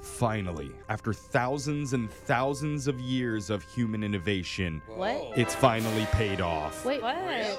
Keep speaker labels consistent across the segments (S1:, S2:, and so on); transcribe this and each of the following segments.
S1: Finally, after thousands and thousands of years of human innovation,
S2: What?
S1: it's finally paid off.
S2: Wait,
S3: What?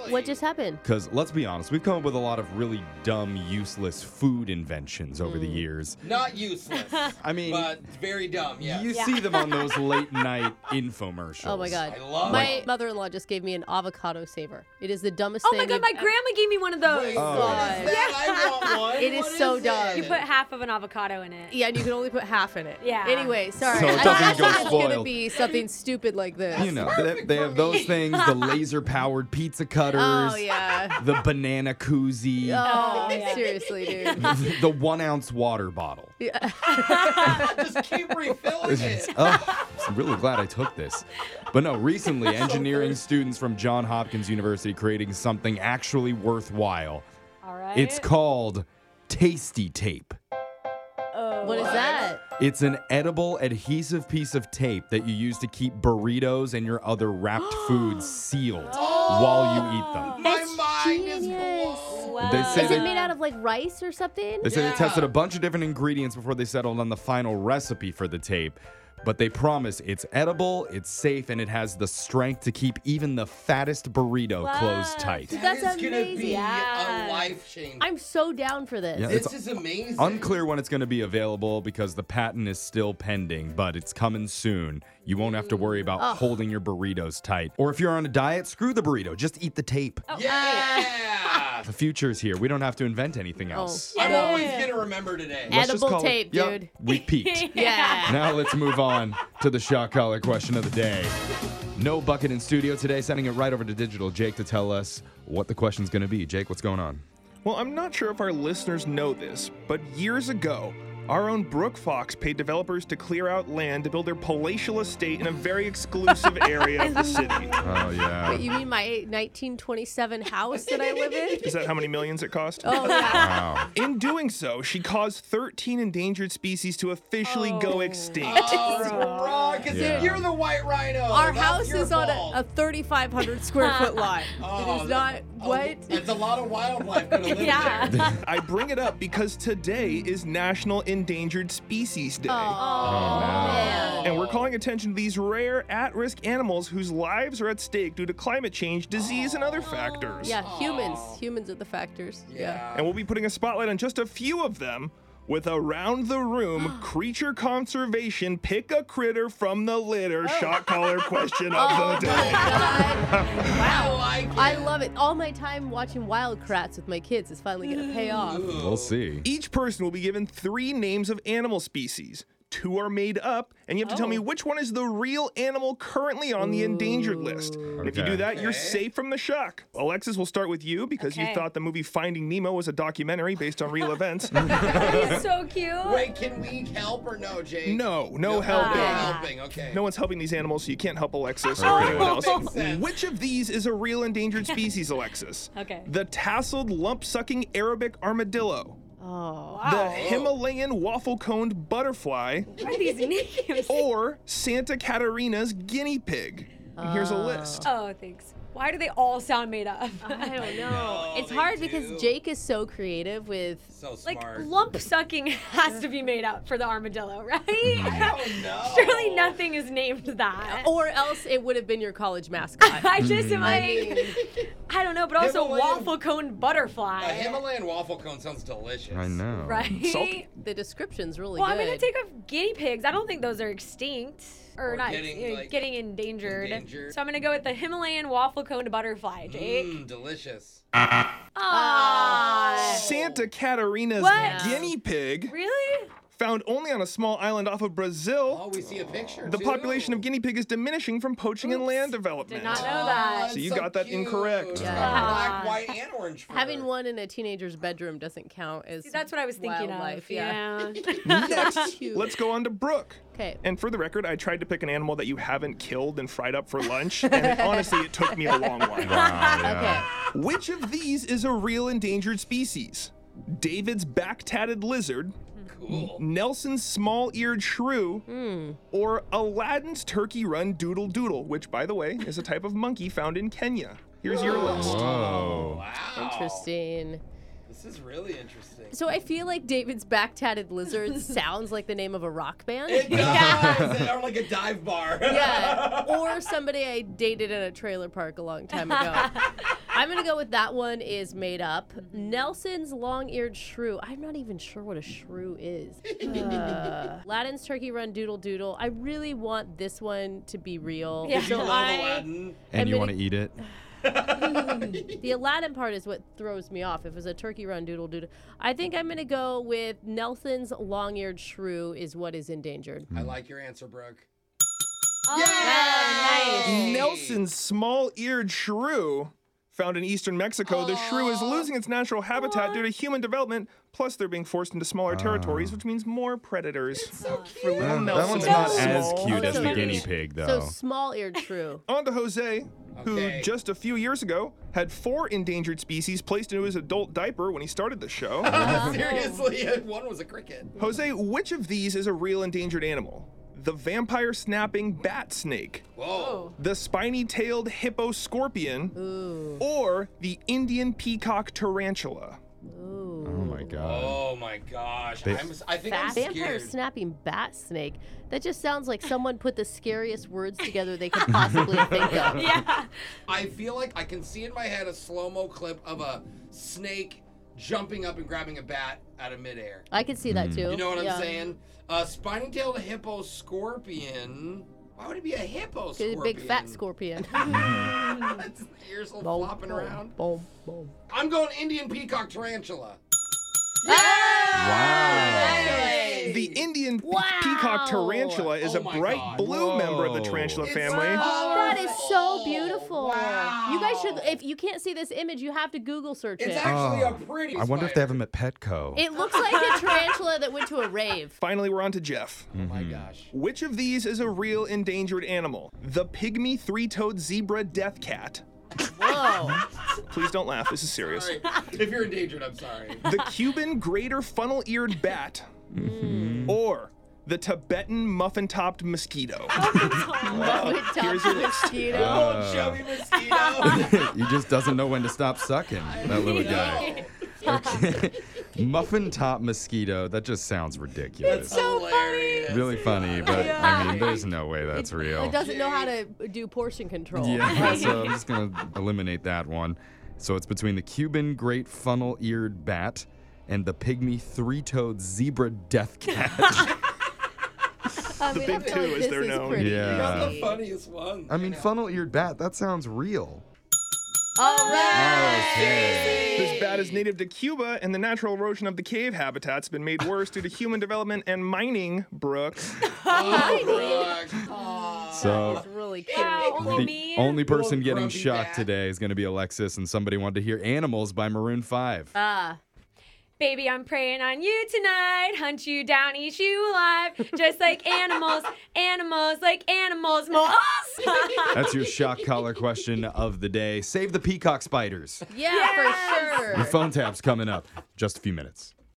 S2: what just happened?
S1: Because let's be honest, we've come up with a lot of really dumb, useless food inventions over the
S2: Hmm.
S1: years.
S4: Not useless.
S1: I mean,
S4: but very dumb, yes.
S1: you
S3: Yeah.
S1: see them on those late night infomercials.
S2: Oh my god.
S4: I love
S2: my
S4: it.
S2: mother-in-law just gave me an avocado saver. It is the dumbest
S3: Oh
S2: thing.
S3: my god, my
S2: you've-
S3: grandma gave me one of those.
S4: Wait,
S1: Oh.
S4: what is that? I want one.
S2: It is
S4: What
S2: so dumb.
S4: it?
S3: You put half of an avocado in it.
S2: Yeah, and you can only put half in it.
S3: Yeah.
S2: Anyway, sorry.
S1: So it doesn't
S2: I thought
S1: go
S2: it was gonna
S1: spoiled.
S2: be something stupid like this.
S1: You know, they, they have those things, the laser powered pizza cutters,
S2: Oh yeah.
S1: the banana koozie,
S2: Oh,
S3: yeah.
S2: seriously, dude.
S1: the one ounce water bottle.
S4: Just keep refilling it.
S1: oh, I'm really glad I took this. But no, recently, engineering students from John Hopkins University creating something actually worthwhile.
S3: All right.
S1: It's called Tasty Tape.
S3: Oh.
S2: What is that?
S1: It's an edible adhesive piece of tape that you use to keep burritos and your other wrapped foods sealed while you eat them.
S4: My
S2: That's
S4: mind is
S2: genius.
S4: blown.
S3: Wow.
S1: They say
S2: Is
S1: they-
S2: it made out of like rice or something?
S1: They said
S4: Yeah.
S1: they tested a bunch of different ingredients before they settled on the final recipe for the tape, but they promise it's edible, it's safe, and it has the strength to keep even the fattest burrito closed
S3: Wow.
S1: tight.
S2: Dude, that's
S4: that is gonna
S2: amazing.
S4: be
S3: Yeah.
S4: a life change.
S2: I'm so down for this.
S1: Yeah.
S4: this
S1: It's
S4: is amazing.
S1: Unclear when it's going to be available because the patent is still pending, but it's coming soon. You won't have to worry about holding your burritos tight. Or if you're on a diet, screw the burrito, just eat the tape.
S2: Oh.
S4: Yeah.
S1: The future's here. We don't have to invent anything else.
S4: I'm
S2: Uh, Oh. Yeah.
S4: always gonna remember today.
S2: Yeah.
S1: Let's just
S2: Edible
S1: call it-
S2: tape,
S1: Yep,
S2: dude.
S1: we peaked.
S2: Yeah.
S1: Now let's move on to the shock collar question of the day. No bucket in studio today, sending it right over to digital Jake to tell us what the question's going to be. Jake, what's going on?
S5: Well, I'm not sure if our listeners know this, but years ago, our own Brook Fox paid developers to clear out land to build their palatial estate in a very exclusive area of the city.
S1: Oh yeah.
S2: Wait, you mean my 1927 house that I live in?
S5: Is that how many millions it cost?
S2: Oh, yeah.
S1: wow.
S5: In doing so, she caused 13 endangered species to officially go
S3: Oh.
S5: extinct.
S4: Oh, wrong, 'cause
S1: Yeah.
S4: you're the white rhino.
S2: Our
S4: Oh, That's
S2: house
S4: your
S2: is on
S4: fault.
S2: a, a 3,500 square foot lot. it
S4: Oh,
S2: is not. What?
S4: It's a lot of wildlife gonna live
S3: Yeah.
S4: there.
S5: I bring it up because today is National Endangered Species Day.
S1: Oh,
S2: Oh,
S4: Oh,
S2: man.
S5: And we're calling attention to these rare at risk animals whose lives are at stake due to climate change, disease, and other factors.
S2: Yeah, humans. Humans are the factors.
S4: Yeah.
S5: And we'll be putting a spotlight on just a few of them with Around the Room Creature Conservation Pick a Critter from the Litter Shot Collar Question of the Day.
S4: I like it.
S2: I love it. All my time watching Wild Kratts with my kids is finally going to pay off.
S1: We'll see.
S5: Each person will be given three names of animal species. Two are made up, and you have to tell me which one is the real animal currently on the endangered list. And if you
S1: Okay.
S5: do that, you're
S4: Okay.
S5: safe from the shock. Alexis, we'll start with you because
S3: Okay.
S5: you thought the movie Finding Nemo was a documentary based on real events.
S3: He's so cute.
S4: Wait, can we help or no, Jake?
S5: No, no
S4: No
S5: helping.
S4: helping. Okay.
S5: No one's helping these animals, so you can't help Alexis or
S1: Okay.
S5: anyone else.
S4: Makes sense.
S5: Which of these is a real endangered species, Alexis?
S3: Okay.
S5: The tasseled lump sucking Arabic armadillo,
S2: Oh.
S5: the Himalayan waffle coned butterfly,
S3: What are these names?
S5: or Santa Catarina's guinea pig. And here's a list.
S3: Oh, thanks. Why do they all sound made up?
S2: I don't know.
S4: Oh,
S2: it's
S4: they
S2: hard
S4: do.
S2: because Jake is so creative with.
S4: So smart.
S3: like lump sucking has to be made up for the armadillo, right?
S1: Mm.
S4: Oh, no.
S3: Surely nothing is named that.
S4: Oh.
S2: Or else it would have been your college mascot.
S3: I just am
S1: Mm.
S3: like, I don't know, but also
S4: Himalayan-
S3: waffle cone
S4: A
S3: butterfly,
S4: Himalayan waffle cone sounds delicious.
S1: I know.
S3: right?
S5: Salty.
S2: the description's really
S3: Well, I'm
S2: good.
S3: gonna take off guinea pigs. I don't think those are extinct or,
S4: Or
S3: not
S4: getting,
S3: getting,
S4: like,
S3: getting endangered.
S4: endangered.
S3: So I'm gonna go with the Himalayan waffle cone butterfly, Jake.
S4: Mm, delicious.
S2: Ah.
S3: Aw.
S5: Santa Catarina's
S3: Oh. What?
S5: guinea pig,
S3: Really?
S5: found only on a small island off of
S4: Oh,
S5: Brazil.
S4: we see a picture.
S5: The
S4: too.
S5: population of guinea pig is diminishing from poaching and
S3: Oops.
S5: land development.
S3: Did not know
S4: Oh,
S3: that.
S4: it's
S5: So you got that
S4: cute.
S5: incorrect.
S4: Yeah.
S2: Yeah.
S4: Black, white, and orange. fur.
S2: Having one in a teenager's bedroom doesn't count as.
S3: See, that's what I was thinking
S2: wildlife,
S3: of. Yeah.
S5: Next, let's go on to Brooke.
S2: Okay.
S5: And for the record, I tried to pick an animal that you haven't killed and fried up for lunch, and it- honestly, it took me a long while.
S1: Wow,
S2: Okay.
S1: yeah.
S5: Which of these is a real endangered species? David's back tatted lizard,
S4: Cool.
S5: Mm. Nelson's small eared shrew, or Aladdin's turkey run doodle doodle, which, by the way, is a type of monkey found in Kenya. Here's your list.
S1: Whoa.
S4: Wow.
S2: Interesting.
S4: This is really interesting.
S2: So I feel like David's back tatted lizard sounds like the name of a rock band.
S4: It does. Or like a dive bar.
S2: yeah, or somebody I dated in a trailer park a long time ago. I'm gonna go with that one is made up. Nelson's long-eared shrew. I'm not even sure what a shrew is. Uh, Aladdin's turkey run doodle doodle. I really want this one to be real.
S3: Yeah.
S4: you
S2: So
S4: love
S2: I-
S4: Aladdin.
S2: I
S1: And you
S2: mean,
S1: want to eat it?
S2: the Aladdin part is what throws me off. If it was a turkey run doodle doodle, I think I'm gonna go with Nelson's long-eared shrew is what is endangered.
S4: I like your answer, Brooke.
S3: Oh,
S4: Yay!
S5: Nelson's small eared shrew. Found in eastern Mexico, the shrew is losing its natural habitat due to human development, plus they're being forced into smaller territories, which means more predators. For little
S1: Uh, Ah. that
S5: Nelson
S1: one's
S5: is
S1: not
S5: small.
S1: as cute as the
S2: Okay.
S1: guinea pig,
S2: So
S1: though.
S2: small-eared shrew.
S5: On to Jose, who
S4: Okay.
S5: just a few years ago had four endangered species placed into his adult diaper when he started the show.
S4: Seriously, one was a cricket.
S5: Jose, which of these is a real endangered animal? The vampire snapping bat snake,
S2: Oh.
S4: Whoa.
S5: the spiny tailed hippo scorpion, or the Indian peacock tarantula?
S1: oh my god.
S4: Oh my gosh.
S1: They-
S4: I'm, s- I think I'm scared.
S2: Vampire snapping bat snake. That just sounds like someone put the scariest words together they could possibly think of.
S3: yeah.
S4: I feel like I can see in my head a slow mo clip of a snake jumping up and grabbing a bat out of midair.
S2: I could see that too.
S4: You know what
S2: Yeah.
S4: I'm saying? A spiny tailed hippo scorpion. Why would it be a hippo
S2: It's
S4: scorpion?
S2: a Big fat scorpion.
S4: Its ears all
S2: Boom,
S4: flopping
S2: boom,
S4: around.
S2: Boom, boom.
S4: I'm going Indian peacock tarantula.
S1: Wow.
S5: The Indian pe-
S2: Wow.
S5: peacock tarantula is
S4: Oh
S5: a
S4: my
S5: bright
S4: God.
S5: blue member of the
S1: Whoa.
S5: tarantula
S4: It's
S5: family.
S4: so
S2: That is so
S4: Oh,
S2: beautiful.
S4: wow.
S2: You guys should, if you can't see this image, you have to Google search
S4: It's
S2: it.
S4: actually
S1: Oh,
S4: a pretty.
S1: I wonder if they
S4: spider.
S1: have them at Petco.
S2: it looks like a tarantula that went to a rave.
S5: Finally, we're on to Jeff.
S4: Oh my
S1: Mm-hmm.
S4: gosh.
S5: Which of these is a real endangered animal? The pygmy three toed zebra death cat.
S2: Whoa.
S5: Please don't laugh, this is serious.
S4: Sorry. if you're endangered, I'm sorry.
S5: the Cuban greater funnel eared bat, or the Tibetan muffin topped mosquito.
S2: With top
S5: here's your list.
S2: mosquito.
S4: oh, chubby mosquito.
S1: he just doesn't know when to stop sucking, that little guy. Muffin top mosquito, that just sounds ridiculous.
S4: so hilarious.
S1: really funny, but I mean, there's no way that's real.
S2: It doesn't know how to do portion control.
S1: Oh, Yeah, so I'm just going to eliminate that one. So it's between the Cuban great funnel eared bat and the pygmy three toed zebra death cat.
S2: I mean, I
S5: big
S2: feel
S5: two,
S2: like
S5: as
S2: this
S5: they're
S2: is
S5: known.
S2: pretty
S1: Yeah.
S4: That's
S2: easy.
S4: the funniest one.
S1: I mean,
S4: know.
S1: funnel eared bat, that sounds real.
S2: All right.
S5: This bat is native to Cuba, and the natural erosion of the cave habitat's been made worse due to human development and mining, Brooke.
S4: Oh, Brooke. Aw.
S1: So
S2: It's really cute.
S3: Wow, only
S1: the
S3: Oh, me.
S1: only person
S4: Little
S1: getting
S4: grumpy
S1: shocked
S4: bat.
S1: today is going to be Alexis, and somebody wanted to hear Animals by Maroon 5.
S2: Ah,
S3: Baby, I'm praying on you tonight. Hunt you down, eat you alive. Just like animals, animals, like animals, Oh, moles.
S1: That's your shock collar question of the day. Save the peacock spiders.
S2: yeah, for sure.
S1: Your phone tap's coming up. Just a few minutes.